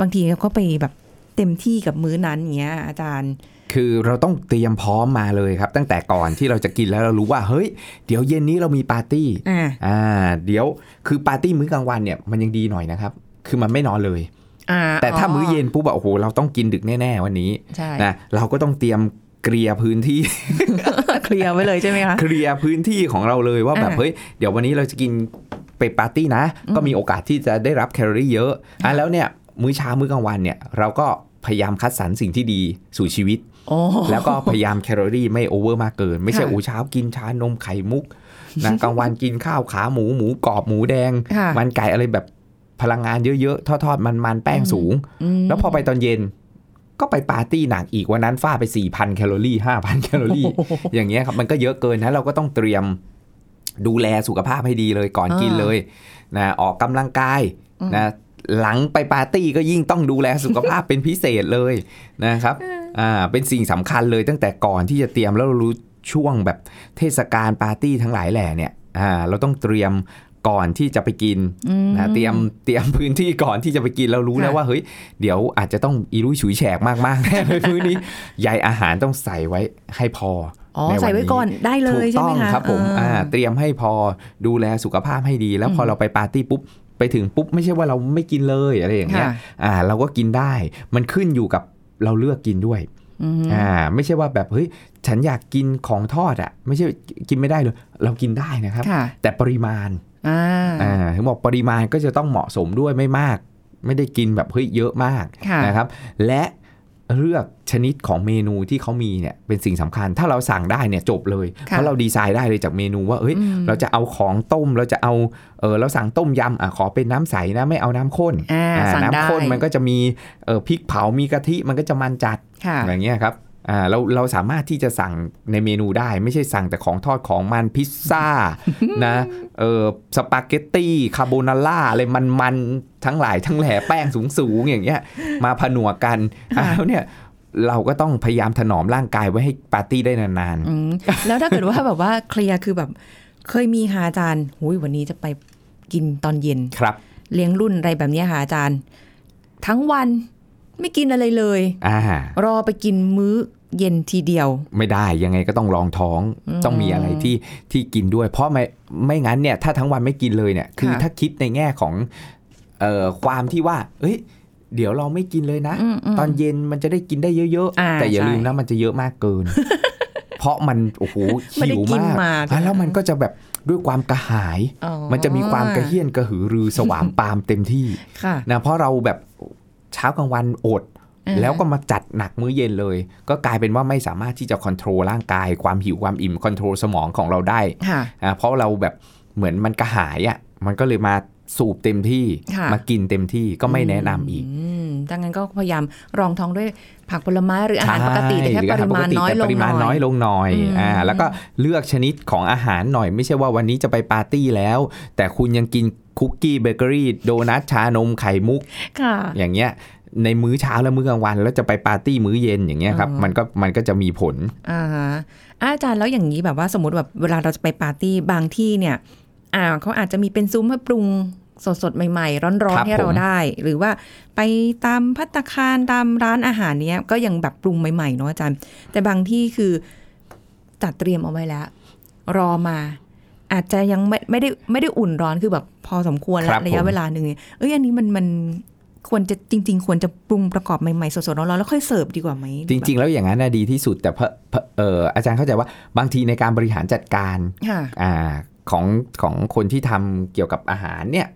[SPEAKER 1] บางทีก็ไปแบบ เต็มที่กับมื้อนั้นอย่างเงี้ยอาจารย์
[SPEAKER 2] คือเราต้องเตรียมพร้อมมาเลยครับ ตั้งแต่ก่อนที่เราจะกินแล้วเรารู้ว่าเฮ้ยเดี๋ยวเย็นนี้เรามีปาร์ตี้
[SPEAKER 1] อ่า
[SPEAKER 2] อ่าเดี๋ยวคือปาร์ตี้มื้อกลางวันเนี่ยมันยังดีหน่อยนะครับ คือมันไม่นอนเลย
[SPEAKER 1] อ่า
[SPEAKER 2] แต่ถ้ามื้อเย็นปุ๊บแบบโอ้โหเราต้องกินดึกแน่ๆวันนี้
[SPEAKER 1] ใช่
[SPEAKER 2] นะเราก็ต้องเตรียมเกลียร์พื้นที่
[SPEAKER 1] เคลียร์ไว้เลยใช่ไหมคะ
[SPEAKER 2] เคลียร์พื้นที่ของเราเลยว่าแบบ
[SPEAKER 1] อ่า
[SPEAKER 2] เฮ้ยเดี๋ยววันนี้เราจะกินไปปาร์ตี้นะ
[SPEAKER 1] อืม
[SPEAKER 2] ก็มีโอกาสที่จะได้รับแคลอรี่เยอะอ่ะแล้วเนี่ยมื้อเช้ามื้อกลางวันเนี่ยเราก็พยายามคัดสรรสิ่งที่ดีสู่ชีวิต
[SPEAKER 1] โอ้
[SPEAKER 2] แล้วก็พยายามแคลอรี่ไม่โอเวอร์มากเกิน ไม่ใช่
[SPEAKER 1] ค่ะ
[SPEAKER 2] โอูเช้ากินชานมไข่มุกนะกลางวันกินข้าวขาหมูหมูกรอบหมูแดง
[SPEAKER 1] ค่ะ
[SPEAKER 2] มันไก่อะไรแบบพลังงานเยอะๆทอดๆมันๆแป้งสูง
[SPEAKER 1] ม
[SPEAKER 2] แล้วพอไปตอนเย็นก็ไปปาร์ตี้หนักอีกวันนั้นฟาดไป 4,000 แคลอรี่ 5,000 แคลอรี่ อย่างเงี้ยครับ มันก็เยอะเกินนะ เราก็ต้องเตรียมดูแลสุขภาพให้ดีเลยก่อนกินเลยนะออกกำลังกายนะหลังไปปาร์ตี้ก็ยิ่งต้องดูแลสุขภาพ เป็นพิเศษเลยนะครับอ่าเป็นสิ่งสำคัญเลยตั้งแต่ก่อนที่จะเตรียมแล้วเรารู้ช่วงแบบเทศกาลปาร์ตี้ทั้งหลายแหล่เนี่ยอ่าเราต้องเตรียมก่อนที่จะไปกิน
[SPEAKER 1] อืม
[SPEAKER 2] นะเตรียม เตรียมพื้นที่ก่อนที่จะไปกินเรารู้แล้ว
[SPEAKER 1] ค่ะ
[SPEAKER 2] ว่าเฮ้ยเดี๋ยวอาจจะต้องอีรุ่ยฉุยแฉกมากๆแน่เลยมื้อ นี้ใยอาหารต้องใส่ไว้ให้พอ
[SPEAKER 1] อ๋อ
[SPEAKER 2] ใน
[SPEAKER 1] ใส่ไว้ก่อนได้เล
[SPEAKER 2] ถู
[SPEAKER 1] ย
[SPEAKER 2] ก
[SPEAKER 1] ใช่
[SPEAKER 2] ต้
[SPEAKER 1] ไห
[SPEAKER 2] อ
[SPEAKER 1] ม
[SPEAKER 2] ง
[SPEAKER 1] คะ
[SPEAKER 2] ครับผม
[SPEAKER 1] เออ
[SPEAKER 2] อ่าเตรียมให้พอดูแลสุขภาพให้ดี แล้วพอ
[SPEAKER 1] ม
[SPEAKER 2] เราไปปาร์ตี้ปุ๊บไปถึงปุ๊บไม่ใช่ว่าเราไม่กินเลยอะไรอย่างเงี้ย
[SPEAKER 1] ค่ะ
[SPEAKER 2] อ่าเราก็กินได้มันขึ้นอยู่กับเราเลือกกินด้วย
[SPEAKER 1] อืม
[SPEAKER 2] อ่าไม่ใช่ว่าแบบเฮ้ยฉันอยากกินของทอดอ่ะไม่ใช่กินไม่ได้เลย เรากินได้นะครับ
[SPEAKER 1] ค่ะ
[SPEAKER 2] แต่ปริมาณ
[SPEAKER 1] อ่า
[SPEAKER 2] อ่าถึงบอกปริมาณก็จะต้องเหมาะสมด้วยไม่มาก ไม่ได้กินแบบเฮ้ยเยอะมาก
[SPEAKER 1] ค่ะ
[SPEAKER 2] นะครับ และเลือกชนิดของเมนูที่เขามีเนี่ยเป็นสิ่งสำคัญ ถ้าเราสั่งได้เนี่ยจบเลย
[SPEAKER 1] ค่ะ
[SPEAKER 2] เพราะเราดีไซน์ได้เลยจากเมนูว่าเอ้ย
[SPEAKER 1] อืม
[SPEAKER 2] เราจะเอาของต้มเราจะเอาเออเราสั่งต้มยำอ่ะขอเป็นน้ำใสนะไม่เอาน้ำข้น
[SPEAKER 1] อ่า
[SPEAKER 2] อ่า
[SPEAKER 1] สั่งได้
[SPEAKER 2] น้ำข้นมันก็จะมีเออพริกเผามีกะทิมันก็จะมันจัด
[SPEAKER 1] ค่ะ
[SPEAKER 2] อย่างเงี้ยครับอ่าเราเราสามารถที่จะสั่งในเมนูได้ ไม่ใช่สั่งแต่ของทอดของมันพิซซ่า นะเออสปาเกตตี้คาโบนาร่าอะไรมันๆ ทั้งหลายทั้งแหล่แป้งสูงๆ อย่างเงี้ยมาผนวกกัน
[SPEAKER 1] ค่ะ
[SPEAKER 2] แล้วเนี่ยเราก็ต้องพยายามถนอมร่างกายไว้ให้ปาร์ตี้ได้นาน
[SPEAKER 1] อืมแล้วถ้าเกิดว่าแบบว่าเคลียร์คือแบบเคยมีค่ะอาจารย์หุยวันนี้จะไปกินตอนเย็น
[SPEAKER 2] ๆ ครับ
[SPEAKER 1] เลี้ยงรุ่นอะไรแบบเนี้ยค่ะอาจารย์ ทั้งวันไม่กินอะไรเลย
[SPEAKER 2] อ่าร
[SPEAKER 1] อไปกินมื้อเย็นทีเดียว
[SPEAKER 2] ไม่ได้ยังไงก็ต้องรองท้อง
[SPEAKER 1] อืม
[SPEAKER 2] ต้องมีอะไรที่ที่กินด้วย เพราะไม่ไม่งั้นเนี่ยถ้าทั้งวันไม่กินเลยเนี่ยคือ
[SPEAKER 1] ค่ะ
[SPEAKER 2] ถ้าคิดในแง่ของเอ่อความที่ว่า เอ้ย เดี๋ยวเราไม่กินเลยนะ
[SPEAKER 1] มม
[SPEAKER 2] ตอนเย็นมันจะได้กินได้เยอะ
[SPEAKER 1] อ่า
[SPEAKER 2] ๆ แต่อย่า
[SPEAKER 1] ใช่
[SPEAKER 2] ลืมนะมันจะเยอะมากเกิน เพราะมันโอ้โห
[SPEAKER 1] ไม่ได้
[SPEAKER 2] หิว
[SPEAKER 1] กิน
[SPEAKER 2] มาก
[SPEAKER 1] มา
[SPEAKER 2] อ่ะแล้วมันก็จะแบบด้วยความกระหาย
[SPEAKER 1] อ๋อ
[SPEAKER 2] มันจะมีความกระเฮี้ยนกระหือรือสว่างปามเต็มที่
[SPEAKER 1] ค่ะ
[SPEAKER 2] นะเพราะเราแบบเช้ากลางวันอด
[SPEAKER 1] อ่าฮะ
[SPEAKER 2] แล้วก็มาจัดหนักมื้อเย็นเลย ก็กลายเป็นว่าไม่สามารถที่จะค o n t r o l ร่างกาย ความหิวความอิ่มค o n t r o l สมองของเราได้
[SPEAKER 1] ค่ะ
[SPEAKER 2] อ่ะเพราะเราแบบเหมือนมันกระหายอ่ะมันก็เลยมาสูบเต็มที่
[SPEAKER 1] ค่ะ
[SPEAKER 2] มากินเต็มที่ก็ไม่แนะนำอีก
[SPEAKER 1] มดังนั้นก็พยายามรองท้องด้วยผักผลไม้หรืออาหาร
[SPEAKER 2] ใช่
[SPEAKER 1] ปกติแต่แค่
[SPEAKER 2] หอ
[SPEAKER 1] ป
[SPEAKER 2] อห
[SPEAKER 1] ริมาณ
[SPEAKER 2] ปกติ
[SPEAKER 1] น้อย
[SPEAKER 2] แต่
[SPEAKER 1] ลง
[SPEAKER 2] ปริ
[SPEAKER 1] ห
[SPEAKER 2] มาณน้
[SPEAKER 1] น่
[SPEAKER 2] อ
[SPEAKER 1] อยย
[SPEAKER 2] ลงหน่อย
[SPEAKER 1] อืม
[SPEAKER 2] อ่าแล้วก็เลือกชนิดของอาหารหน่อยไม่ใช่ว่าวันนี้จะไปปาร์ตี้แล้ว แต่คุณยังกินคุกกี้เบเกอรี่โดนัทชานมไข่มุก
[SPEAKER 1] ค่ะ
[SPEAKER 2] อย่างเงี้ยในมื้อเช้าและมื้อกลางวัน แล้วจะไปปาร์ตี้มื้อเย็นอย่างเงี้ยครับ
[SPEAKER 1] อ๋อ
[SPEAKER 2] มันก็มันก็จะมีผล
[SPEAKER 1] อ่าฮะอาจารย์แล้วอย่างนี้แบบว่าสมมติแบบเวลาเราจะไปปาร์ตี้บางที่เนี่ย อ่าเขาอาจจะมีเป็นซุ้มให้ปรุงสดๆ ใหม่ๆ ร้อน
[SPEAKER 2] ครั
[SPEAKER 1] ๆ
[SPEAKER 2] บ
[SPEAKER 1] ให้เรา
[SPEAKER 2] ผม
[SPEAKER 1] ได้ หรือว่าไปตามพัตตาคารตามร้านอาหารเนี้ยก็ยังแบบปรุงใหม่ๆเนาะอาจารย์ แต่บางที่คือจัดเตรียมเอาไว้แล้ว รอมา อาจจะยังไม่ไม่ได้ไม่ได้อุ่นร้อนคือแบบพอสมควรแล้วระยะเวลาหนึ่งเนี่ยเอ้ยอันนี้มันมันควรจะจริง ๆ ควรจะปรุงประกอบใหม่ๆสดๆร้อนๆแล้วค่อยเสิร์ฟดีกว่าไหม
[SPEAKER 2] จริง ๆ แล้วอย่างนั้นน่ะดีที่สุดแต่เพอเผอออาจารย์เข้าใจว่าบางทีในการบริหารจัดการ
[SPEAKER 1] ๆค่ะ
[SPEAKER 2] อ่าของของคนที่ทำเกี่ยวกับอาหารเนี่ย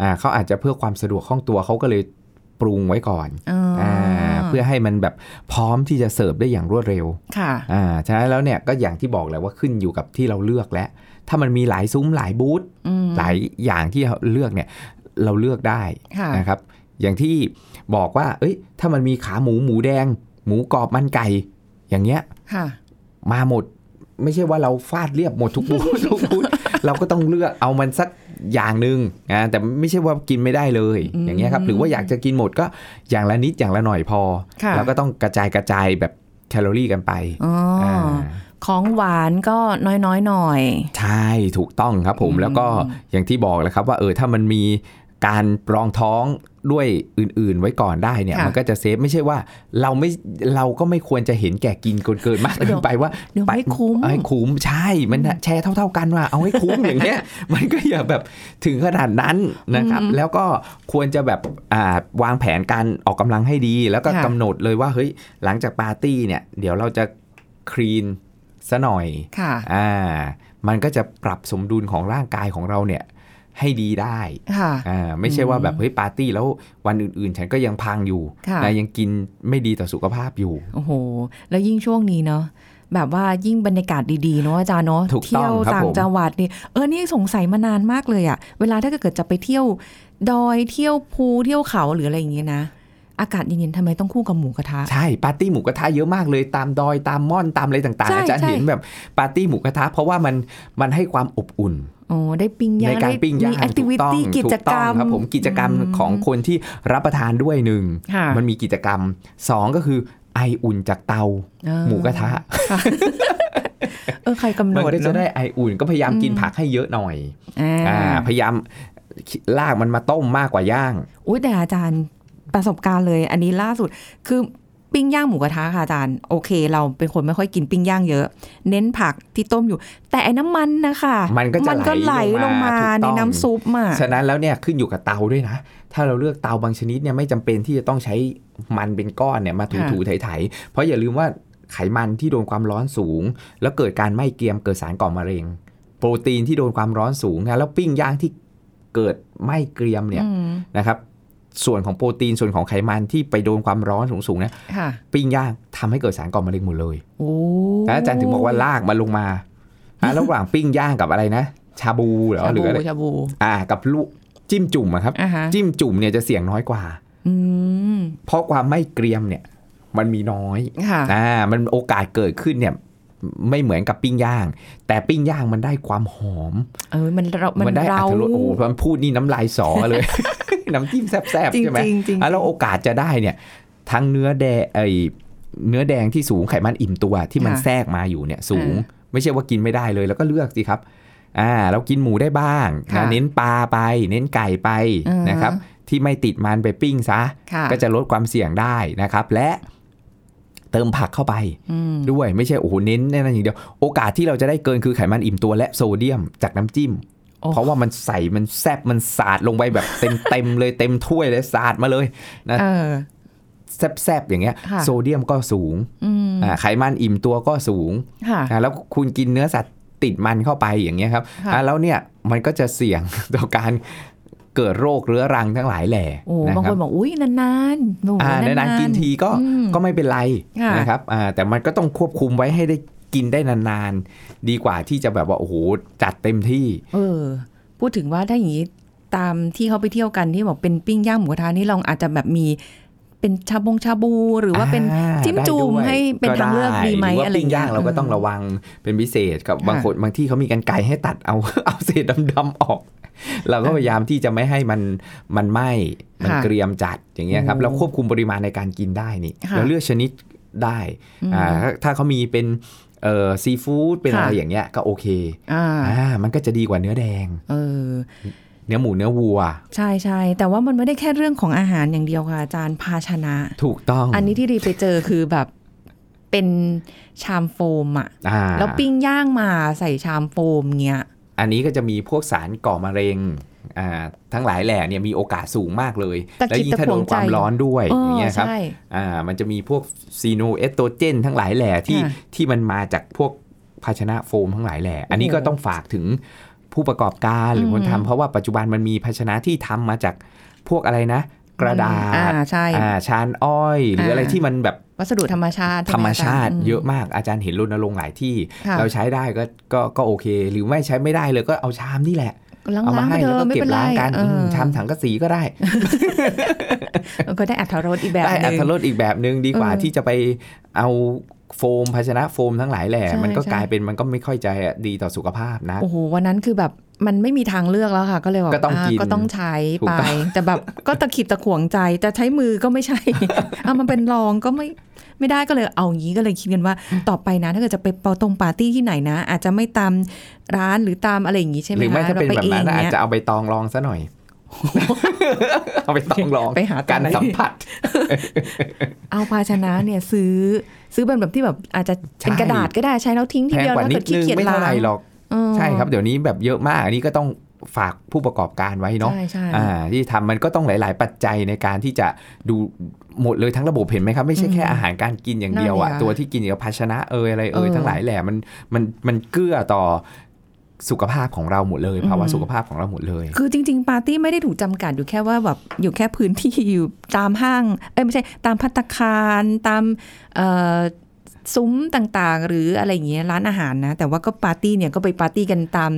[SPEAKER 2] อ่าเขาอาจจะเพื่อความสะดวกคล่องตัวเขาก็เลยปรุงไว้ก่อน
[SPEAKER 1] อ๋ออ่
[SPEAKER 2] าเพื่อให้มันแบบพร้อมที่จะเสิร์ฟได้อย่างรวดเร็ว
[SPEAKER 1] ค่ะ
[SPEAKER 2] อ่าฉะนั้นแล้วเนี่ยก็อย่างที่บอกแหละว่าขึ้นอยู่กับที่เราเลือกและ ถ้ามันมีหลายซุ้มหลายบูธ
[SPEAKER 1] อืม
[SPEAKER 2] หลายอย่างที่เราเลือกเนี่ยเราเลือกได้
[SPEAKER 1] ค่ะ
[SPEAKER 2] นะครับ อย่างที่บอกว่า เอ้ย ถ้ามันมีขาหมูหมูแดง หมูกรอบมันไก่อย่างเงี้ย
[SPEAKER 1] ค่ะ
[SPEAKER 2] มาหมดไม่ใช่ว่าเราฟาดเรียบหมดทุกบู ธ ทุกบูธเราก็ต้องเลือกเอามันสักอย่างหนึ่งนะแต่ไม่ใช่ว่ากินไม่ได้เลย
[SPEAKER 1] อืม
[SPEAKER 2] อย่างเงี้ยครับหรือว่าอยากจะกินหมดก็อย่างละนิดอย่างละหน่อยพอ
[SPEAKER 1] ค่ะ
[SPEAKER 2] แล้วก็ต้องกระจายกระจายแบบแคลอรี่กันไป
[SPEAKER 1] อ๋ออาของหวานก็น้อยๆหน่อย
[SPEAKER 2] ใช่ถูกต้องครับผม
[SPEAKER 1] อืม
[SPEAKER 2] แล้วก็อย่างที่บอกแหล้วครับว่าเออถ้ามันมี การรองท้องด้วยอื่นๆ ไว้ก่อนได้เนี่ย
[SPEAKER 1] ค่ะ
[SPEAKER 2] มันก็จะเซฟไม่ใช่ว่าเราไม่เราก็ไม่ควรจะเห็นแก่กินเกินๆมากเกินไปว่า
[SPEAKER 1] เดี๋ยวไม่คุ้ม
[SPEAKER 2] ปให้คุ้มใช่มันน่ะแชร์เท่า ๆกันว่าเอาให้คุ้มอย่างเงี้ย มันก็อย่าแบบถึงขนาดนั้นนะครับ แล้วก็ควรจะแบบอ่าวางแผนการออกกำลังให้ดี แล้วก็
[SPEAKER 1] ค่ะ
[SPEAKER 2] กำหนดเลยว่าเฮ้ยหลังจากปาร์ตี้เนี่ยเดี๋ยวเราจะคลีนซะหน่อย
[SPEAKER 1] ค่ะ
[SPEAKER 2] อ่า มันก็จะปรับสมดุลของร่างกายของเราเนี่ยให้ดีได้
[SPEAKER 1] ค่ะ
[SPEAKER 2] อ่า ไม่ใช่ว่าแบบเฮ้ยปาร์ตี้แล้ววันอื่น ๆ ฉันก็ยังพังอยู่
[SPEAKER 1] ค่ะ
[SPEAKER 2] นะยังกินไม่ดีต่อสุขภาพอยู่
[SPEAKER 1] โอ้โห แล้วยิ่งช่วงนี้เนาะ แบบว่ายิ่งบรรยากาศดีๆเนาะอาจารย์เนาะ
[SPEAKER 2] ถูกต้
[SPEAKER 1] เที่
[SPEAKER 2] อง
[SPEAKER 1] ยว
[SPEAKER 2] ครับ
[SPEAKER 1] ต่า
[SPEAKER 2] ผ
[SPEAKER 1] ง
[SPEAKER 2] ม
[SPEAKER 1] จังหวัดนี่ เออ นี่สงสัยมานานมากเลยอะเวลาถ้าเกิดจะไปเที่ยว ดอย เที่ยวภูเที่ยวเขาหรืออะไรอย่างเงี้ยนะ อากาศเย็นๆทำไมต้องคู่กับหมูกระทะ
[SPEAKER 2] ใช่ ปาร์ตี้หมูกระทะเยอะมากเลยตามดอยตามม่อนตามอะไรต่าง
[SPEAKER 1] ใช่
[SPEAKER 2] ๆ อาจารย์
[SPEAKER 1] ใช่
[SPEAKER 2] เห็นแบบปาร์ตี้หมูกระทะเพราะว่ามันมันให้ความอบอุ่น
[SPEAKER 1] อ๋อ ได้ปิ้งย่าง
[SPEAKER 2] ในการปิ้งย่าง
[SPEAKER 1] มีแอคทิวิ
[SPEAKER 2] ถู
[SPEAKER 1] ตี้
[SPEAKER 2] อง
[SPEAKER 1] กิจ
[SPEAKER 2] ถู
[SPEAKER 1] กรร
[SPEAKER 2] ต้อ
[SPEAKER 1] ม
[SPEAKER 2] งครับผมกิจกรรมของคนที่รับประทานด้วยหนึ่ง
[SPEAKER 1] ค่ะ
[SPEAKER 2] มันมีกิจกรรมสองก็คือไออุ่นจากเตา
[SPEAKER 1] เออ
[SPEAKER 2] หมูกระทะ
[SPEAKER 1] เออ ใครกำหน
[SPEAKER 2] มัน
[SPEAKER 1] ด
[SPEAKER 2] ก็จะ
[SPEAKER 1] เน
[SPEAKER 2] ได้
[SPEAKER 1] อะ
[SPEAKER 2] ไออุ่นก็พยายามกินผักให้เยอะหน่อย
[SPEAKER 1] อ่
[SPEAKER 2] อ่า
[SPEAKER 1] า
[SPEAKER 2] พยายามลากมันมาต้มมากกว่าย่าง
[SPEAKER 1] อุ้ยแต่อาจารย์ประสบการณ์เลย อันนี้ล่าสุดคือปิ้งย่างหมูกระทะค่ะอาจารย์โอเค เราเป็นคนไม่ค่อยกินปิ้งย่างเยอะ เน้นผักที่ต้มอยู่ แต่ไอ้น้ำมันนะคะ
[SPEAKER 2] มันก็จะ
[SPEAKER 1] ไห
[SPEAKER 2] ไห
[SPEAKER 1] ล
[SPEAKER 2] ล
[SPEAKER 1] ล
[SPEAKER 2] ล
[SPEAKER 1] ง
[SPEAKER 2] ง
[SPEAKER 1] มา
[SPEAKER 2] มาถูกต้อง
[SPEAKER 1] ในน้ำซุปอ่ะ
[SPEAKER 2] ฉะนั้นแล้วเนี่ยขึ้นอยู่กับเตาด้วยนะ ถ้าเราเลือกเตาบางชนิดเนี่ยไม่จำเป็นที่จะต้องใช้มันเป็นก้อนเนี่ยมาถูๆไถๆเพราะอย่าลืมว่าไขมันที่โดนความร้อนสูง แล้วเกิดการไหม้เกรียมเกิดสารก่อมะเร็ง โปรตีนที่โดนความร้อนสูงนะแล้วปิ้งย่างที่เกิดไหม้เกรียมเนี่ย
[SPEAKER 1] อืม
[SPEAKER 2] นะครับส่วนของโปรตีนส่วนของไขมันที่ไปโดนความร้อนสูงๆเนี่ย
[SPEAKER 1] ค่ะ
[SPEAKER 2] ปิ้งย่างทำให้เกิดสารก่อมะเร็งหมดเลย
[SPEAKER 1] โอ้
[SPEAKER 2] แล้วอาจารย์ถึงบอกว่าลากมันลงมา อ่ะระหว่างปิ้งย่างกับอะไรนะ ชาบูเหรอ
[SPEAKER 1] ชา
[SPEAKER 2] หรืออะไร
[SPEAKER 1] บูชาบู
[SPEAKER 2] อ่า กับลูกจิ้มจุ่มอะครับ
[SPEAKER 1] อ่ะฮะ
[SPEAKER 2] จิ้มจุ่มเนี่ยจะเสี่ยงน้อยกว่า
[SPEAKER 1] อืม
[SPEAKER 2] เพราะความไม่เกรียมเนี่ย มันมีน้อย
[SPEAKER 1] ค่ะ
[SPEAKER 2] อ่ามันโอกาสเกิดขึ้นเนี่ย ไม่เหมือนกับปิ้งย่าง แต่ปิ้งย่างมันได้ความหอม
[SPEAKER 1] เออมันเรามัน
[SPEAKER 2] ได้อั
[SPEAKER 1] เรา
[SPEAKER 2] ตรสโอ้โหมันพูดนี่น้ำลายสอเลย น้ำจิ้มแซ่บ
[SPEAKER 1] จ
[SPEAKER 2] ๆ
[SPEAKER 1] ริง
[SPEAKER 2] ใช่ไหม
[SPEAKER 1] จริงจริง
[SPEAKER 2] อ่ะแล้วโอกาสจะได้เนี่ยทั้งเนื้อแดงไอเนื้อแดงที่สูงไขมันอิ่มตัวที่มัน
[SPEAKER 1] ค่ะ
[SPEAKER 2] แทรกมาอยู่เนี่ยสูง
[SPEAKER 1] อ่
[SPEAKER 2] ไม่ใช่ว่ากินไม่ได้เลยแล้วก็เลือกสิครับอ่าเรากินหมูได้บ้าง
[SPEAKER 1] ค่ะ
[SPEAKER 2] นะเน้นปลาไป เน้นไก่ไป
[SPEAKER 1] อือฮะ
[SPEAKER 2] นะครับ ที่ไม่ติดมันไปปิ้งซะ
[SPEAKER 1] ค่ะ
[SPEAKER 2] ก็จะลดความเสี่ยงได้นะครับ และเติมผักเข้าไป
[SPEAKER 1] อืม
[SPEAKER 2] ด้วยไม่ใช่โอ้โหเน้นแน่นอนอย่างเดียวโอกาสที่เราจะได้เกินคือไขมันอิ่มตัว และโซเดียมจากน้ำจิ้ม
[SPEAKER 1] โอ้
[SPEAKER 2] เพราะว่ามันใส่มันแซบมันสาดลงไปแบบเต็มเต็มๆเลยเต็มถ้วยเลยสาดมาเลย
[SPEAKER 1] เออ
[SPEAKER 2] แซบๆอย่างเงี้ย
[SPEAKER 1] ค่ะ
[SPEAKER 2] โซเดียมก็สูง
[SPEAKER 1] อืม
[SPEAKER 2] อ่าไขมันอิ่มตัวก็สูง
[SPEAKER 1] ค่ะ
[SPEAKER 2] อ่าแล้วคุณกินเนื้อสัตว์ติดมันเข้าไปอย่างเงี้ยครับ
[SPEAKER 1] ค่ะ
[SPEAKER 2] อ่าแล้วเนี่ยมันก็จะเสี่ยง ต่อการเกิดโรคเรื้อรังทั้งหลายแหล่
[SPEAKER 1] โอ้
[SPEAKER 2] นะ
[SPEAKER 1] บาง
[SPEAKER 2] ค
[SPEAKER 1] ค
[SPEAKER 2] รั
[SPEAKER 1] นบอกอุ้ยนานๆโอ้โห
[SPEAKER 2] อ่านานๆกินทีก็
[SPEAKER 1] อืม
[SPEAKER 2] ก็ไม่เป็นไร
[SPEAKER 1] ค่ะ
[SPEAKER 2] นะครับอ่าแต่มันก็ต้องควบคุมไว้ให้ได้กินได้นานๆ ดีกว่าที่จะแบบว่าโอ้โหจัดเต็มที่
[SPEAKER 1] เออ พูดถึงว่าถ้าอย่างนี้ตามที่เขาไปเที่ยวกันที่บอกเป็นปิ้งย่างหมูกระทะนี่ลองอาจจะแบบมีเป็นชาบงชาบู หรือว่าเป็น
[SPEAKER 2] อ่า
[SPEAKER 1] จิ้มจุ่ม
[SPEAKER 2] ได้ด้วย
[SPEAKER 1] ให้เป็นทางเลือกดีไหม
[SPEAKER 2] รืว่า
[SPEAKER 1] อะไร
[SPEAKER 2] ปิ้งย่างเราก็ต้อง
[SPEAKER 1] เรา
[SPEAKER 2] ระวังเป็นพิเศษครับบาง
[SPEAKER 1] ค่ะ
[SPEAKER 2] คนบางที่เขามีกันไกรให้ตัดเอา เอาเศษดำๆออก เราก็
[SPEAKER 1] อ่า
[SPEAKER 2] พยายามที่จะไม่ให้มันมันไหม้มัน
[SPEAKER 1] ค่ะ
[SPEAKER 2] เกรียมจัดอย่างเงี้ยครับ
[SPEAKER 1] โอ้
[SPEAKER 2] เราควบคุมปริมาณในการกินได้นี่
[SPEAKER 1] ค่ะ
[SPEAKER 2] เราเลือกชนิดได้อ่าถ้าถ้าเขามีเป็นเอ่อซีฟู้ดเป็น
[SPEAKER 1] ค่ะ
[SPEAKER 2] อะไรอย่างเงี้ยก็โอเค
[SPEAKER 1] อ่า
[SPEAKER 2] อ่ามันก็จะดีกว่าเนื้อแดง
[SPEAKER 1] เออ
[SPEAKER 2] เนื้อหมูเนื้อวัว
[SPEAKER 1] ใช่ใช่แต่ว่ามันไม่ได้แค่เรื่องของอาหารอย่างเดียวค่ะอาจารย์ภาชนะ
[SPEAKER 2] ถูกต้อง
[SPEAKER 1] อันนี้ที่รีไปเจอคือแบบเป็นชามโฟมอะ
[SPEAKER 2] อ่า
[SPEAKER 1] แล้วปิ้งย่างมาใส่ชามโฟมเงี้ย
[SPEAKER 2] อันนี้ก็จะมีพวกสารก่อมะเร็งอ่าทั้งหลายแหล่เนี่ยมีโอกาสสูงมากเลย
[SPEAKER 1] ตะ
[SPEAKER 2] และ
[SPEAKER 1] กิด
[SPEAKER 2] ยิ่ง
[SPEAKER 1] ตะ
[SPEAKER 2] ถ้า
[SPEAKER 1] ข
[SPEAKER 2] โด
[SPEAKER 1] วง
[SPEAKER 2] น
[SPEAKER 1] ใจ
[SPEAKER 2] ความร้อนด้วย
[SPEAKER 1] เอ
[SPEAKER 2] อย่าง
[SPEAKER 1] อ
[SPEAKER 2] เงี้ยครับ
[SPEAKER 1] ใช่
[SPEAKER 2] อ่า มันจะมีพวกซีโนเอสโตรเจนทั้งหลายแหล่ที่
[SPEAKER 1] อ่า
[SPEAKER 2] ที่มันมาจากพวกภาชนะโฟมทั้งหลายแหล่ อันนี้
[SPEAKER 1] โอ้
[SPEAKER 2] ก็ต้องฝากถึงผู้ประกอบการหรืออ
[SPEAKER 1] ม
[SPEAKER 2] คนทำเพราะว่าปัจจุบันมันมีภาชนะที่ทำมาจากพวกอะไรนะ กระดา
[SPEAKER 1] อ่า
[SPEAKER 2] ษ
[SPEAKER 1] ใช่
[SPEAKER 2] อ่าชานอ้อย หรืออะไร
[SPEAKER 1] อ่า
[SPEAKER 2] ที่มันแบบ
[SPEAKER 1] วัสดุธรรมชาติ
[SPEAKER 2] ธรรมชาติ
[SPEAKER 1] ใไห
[SPEAKER 2] เยอะมากอาจารย์เห็นรณรงค์หลายที่
[SPEAKER 1] ค่ะ
[SPEAKER 2] เราใช้ได้ก็ก็ก็โอเค หรือไม่ใช้ไม่ได้เลยก็เอาชามนี่แหละ
[SPEAKER 1] ล้าง
[SPEAKER 2] เอามา
[SPEAKER 1] ล้าง
[SPEAKER 2] ให้
[SPEAKER 1] เธ
[SPEAKER 2] แล้ว
[SPEAKER 1] อ
[SPEAKER 2] ก็
[SPEAKER 1] ไม่
[SPEAKER 2] เก็บ
[SPEAKER 1] เป็นไร
[SPEAKER 2] ล้างกัน
[SPEAKER 1] เอ
[SPEAKER 2] ม
[SPEAKER 1] อ
[SPEAKER 2] ชามถังกระสีก็ได้
[SPEAKER 1] มันก็ได้อัตรถรสอีกแบบห
[SPEAKER 2] ได้อั
[SPEAKER 1] นึ่ง
[SPEAKER 2] ตรสอีกแบบหนึ่งดีกว่า
[SPEAKER 1] เออ
[SPEAKER 2] ที่จะไปเอาโฟมภาชนะโฟมทั้งหลายแหล่
[SPEAKER 1] ใช่
[SPEAKER 2] มันก็
[SPEAKER 1] ใช่
[SPEAKER 2] กลายเป็นมันก็ไม่ค่อยใจดีต่อสุขภาพนะ
[SPEAKER 1] โอ้โหวันนั้นคือแบบมันไม่มีทางเลือกแล้วค่ะ ก็เลยแบบ
[SPEAKER 2] ก็ต้อง
[SPEAKER 1] า
[SPEAKER 2] กิน
[SPEAKER 1] ก็ต้องใช้
[SPEAKER 2] ถูก
[SPEAKER 1] ไป
[SPEAKER 2] ต้อง
[SPEAKER 1] แต่แบบก็ตะขิดตะขวงใจจะใช้มือก็ไม่ใช่ เอามันเป็นรองก็ไม่ไม่ได้ก็เลยเอางี้ก็เลยคิดกันว่าต่อไปนะถ้าเกิดจะไปเปาตรงปาร์ตี้ที่ไหนนะ อาจจะไม่ตามร้านหรือตามอะไรอย่างงี้ใช่ไหม
[SPEAKER 2] หรือไม่
[SPEAKER 1] คะ
[SPEAKER 2] ถ้าเป็น
[SPEAKER 1] ร
[SPEAKER 2] แบบนั้น
[SPEAKER 1] ง
[SPEAKER 2] อาจ
[SPEAKER 1] เนี่ย
[SPEAKER 2] จะเอาใบตองรองซะหน่อย เอาไปต้องลอง
[SPEAKER 1] ไปหาตอนไหน
[SPEAKER 2] การสัมผัส
[SPEAKER 1] เอาภาชนะเนี่ยซื้อซื้อเป็นแบบที่แบบอาจจะเป็น
[SPEAKER 2] ใช่
[SPEAKER 1] กระดาษก็ได้ใช้แล้วทิ้งที
[SPEAKER 2] แพง
[SPEAKER 1] เดียว
[SPEAKER 2] กว่า
[SPEAKER 1] แล้ว
[SPEAKER 2] นิ
[SPEAKER 1] เกิ
[SPEAKER 2] ด
[SPEAKER 1] ดขี้
[SPEAKER 2] นึง
[SPEAKER 1] เกียจ
[SPEAKER 2] ไม่
[SPEAKER 1] ล้า
[SPEAKER 2] เท่าไหร่
[SPEAKER 1] ง
[SPEAKER 2] หรอก
[SPEAKER 1] เออ
[SPEAKER 2] ใช่ครับ เดี๋ยวนี้แบบเยอะมากอันนี้ก็ต้องฝากผู้ประกอบการไว้เนาะ
[SPEAKER 1] ใช่ใช่
[SPEAKER 2] อ่า ที่ทำมันก็ต้องหลาย ๆ ปัจจัยในการที่จะดูหมดเลยทั้งระบบเห็นไหมครับ ไม่ใช่แค่
[SPEAKER 1] อืม
[SPEAKER 2] อาหารการกินอย่างเดียว
[SPEAKER 1] นั่
[SPEAKER 2] อะ
[SPEAKER 1] นไง
[SPEAKER 2] ตัวที่กินกับภาชนะเอยอะไรเอย
[SPEAKER 1] เออ
[SPEAKER 2] ทั้งหลายแหละมันมันมันเกื้อต่อสุขภาพของเราหมดเลยภาวะ
[SPEAKER 1] อืม
[SPEAKER 2] สุขภาพของเราหมดเลย
[SPEAKER 1] คือจริง ๆ ปาร์ตี้ไม่ได้ถูกจำกัดอยู่แค่ว่าแบบอยู่แค่พื้นที่ อยู่ตามห้าง เอ้ยไม่ใช่ตามพัตตาคารตามเอ่อซุ้มต่างๆ หรืออะไรอย่างเงี้ยร้านอาหารนะ แต่ว่าก็ปาร์ตี้เนี่ยก็ไปปาร์ตี้กันตาม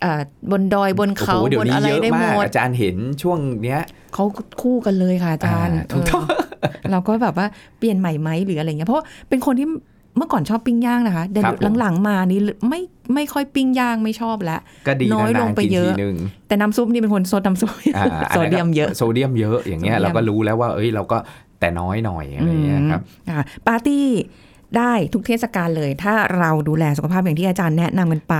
[SPEAKER 1] เอ่อบนดอยบนเขา
[SPEAKER 2] โอ้โหเดี๋ย
[SPEAKER 1] บ
[SPEAKER 2] วน นี้
[SPEAKER 1] อะไร
[SPEAKER 2] เยอะ
[SPEAKER 1] ได้หม
[SPEAKER 2] มาก
[SPEAKER 1] ด
[SPEAKER 2] อาจารย์เห็นช่วงเนี้ย
[SPEAKER 1] เขาคู่กันเลยค่ะอาจารย์
[SPEAKER 2] อ่าถูกต้อง
[SPEAKER 1] เออเราก็แบบว่าเปลี่ยนใหม่ไหมหรืออะไรเงี้ยเพราะว่าเป็นคนที่เมื่อก่อนชอบปิ้งย่างนะคะเดี๋ยว
[SPEAKER 2] ครับผม
[SPEAKER 1] หลังๆมานี้ไม่ไม่ค่อยปิ้งย่างไม่ชอบแล้ว
[SPEAKER 2] ก็ดี
[SPEAKER 1] น้อยล
[SPEAKER 2] นาง น
[SPEAKER 1] ไป
[SPEAKER 2] ๆกิน
[SPEAKER 1] เยอะ
[SPEAKER 2] ทีนึง
[SPEAKER 1] แต่น้ำซุปนี่เป็นคนซดน้ำซุป
[SPEAKER 2] อ่า
[SPEAKER 1] โซเดียมเยอะ
[SPEAKER 2] โซเดียมเยอะอย่างเงี้ย
[SPEAKER 1] โซเดียม
[SPEAKER 2] เราก็รู้แล้วว่า เอ้ยเราก็แต่น้อยหน่อยอะไรเงี้ยครับ
[SPEAKER 1] อืมอ่ะปาร์ตี้ได้ทุกเทศกาลเลย ถ้าเราดูแลสุขภาพอย่างที่อาจารย์แนะนำกันไป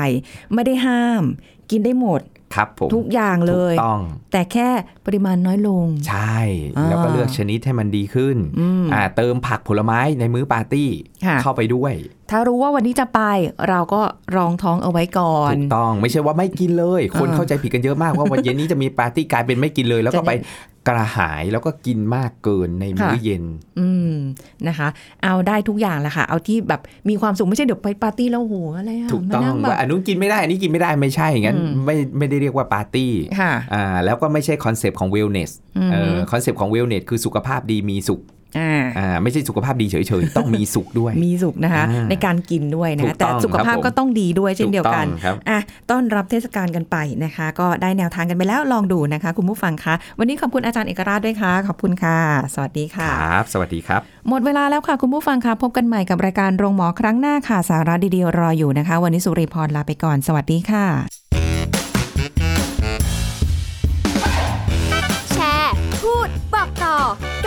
[SPEAKER 1] ไม่ได้ห้าม กินได้หมด
[SPEAKER 2] ครับผม
[SPEAKER 1] ทุกอย่างเลย
[SPEAKER 2] ถูกต้อง
[SPEAKER 1] แต่แค่ปริมาณน้อยลง
[SPEAKER 2] ใช่
[SPEAKER 1] อ่า
[SPEAKER 2] แล้วก็เลือกชนิดให้มันดีขึ้น
[SPEAKER 1] อืม
[SPEAKER 2] อ่าเติมผักผลไม้ในมื้อปาร์ตี้
[SPEAKER 1] ค่ะ
[SPEAKER 2] เข้าไปด้วย
[SPEAKER 1] ถ้ารู้ว่าวันนี้จะไปเราก็รองท้องเอาไว้ก่อน
[SPEAKER 2] ถูกต้องไม่ใช่ว่าไม่กินเลย คน
[SPEAKER 1] อ่า
[SPEAKER 2] เข้าใจผิดกันเยอะมากว่าวันเย็นนี้จะมีปาร์ตี้กลายเป็นไม่กินเลย แล้วก็
[SPEAKER 1] จะได้
[SPEAKER 2] ไปกระหายแล้วก็กินมากเกินในมื้อเย็น
[SPEAKER 1] อืมนะคะ เอาได้ทุกอย่างแหละค่ะ เอาที่แบบมีความสุขไม่ใช่เดี๋ยวไปปาร์ตี้แล้วโอ้โหอะไรอะ
[SPEAKER 2] ถูกต้อ
[SPEAKER 1] มาง นั่แบบ
[SPEAKER 2] ว่าอันนู้นกินไม่ได้อันนี้กินไม่ได้ไม่ใช่งั้น
[SPEAKER 1] อืม
[SPEAKER 2] ไม่ไม่ได้เรียกว่าปาร์ตี้
[SPEAKER 1] ค่ะ
[SPEAKER 2] อ่าแล้วก็ไม่ใช่คอนเซปต์ของ wellness
[SPEAKER 1] อืม
[SPEAKER 2] เออคอนเซปต์ของ wellness คือสุขภาพดีมีสุข
[SPEAKER 1] อ่า
[SPEAKER 2] อ่าไม่ใช่สุขภาพดีเฉยๆ ต้องมีสุขด้วย
[SPEAKER 1] มีสุขนะคะ
[SPEAKER 2] อ่า
[SPEAKER 1] ในการกินด้วยนะ
[SPEAKER 2] ถู
[SPEAKER 1] คะ
[SPEAKER 2] กต้
[SPEAKER 1] แต่
[SPEAKER 2] อง
[SPEAKER 1] สุขภาพ
[SPEAKER 2] ครับผม
[SPEAKER 1] ก็ต้องดีด้วยเช่นเดียวกัน
[SPEAKER 2] ถูต้องครับ
[SPEAKER 1] อ่ะต้อนรับเทศกาลกันไปนะคะ ก็ได้แนวทางกันไปแล้วลองดูนะคะ คุณผู้ฟังคะ วันนี้ขอบคุณอาจารย์เอกราชด้วยค่ะ ขอบคุณค่ะ สวัสดี
[SPEAKER 2] ค
[SPEAKER 1] ค่ะ
[SPEAKER 2] รับ สวัสดีครับ
[SPEAKER 1] หมดเวลาแล้วค่ะ คุณผู้ฟังค่ะ พบกันใหม่กับรายการโรงหมอครั้งหน้าค่ะ สาระดีๆรออยู่นะคะ วันนี้สุริพรลาไปก่อน สวัสดีค่ะ
[SPEAKER 3] แชร์ พูด บอกต่อ ก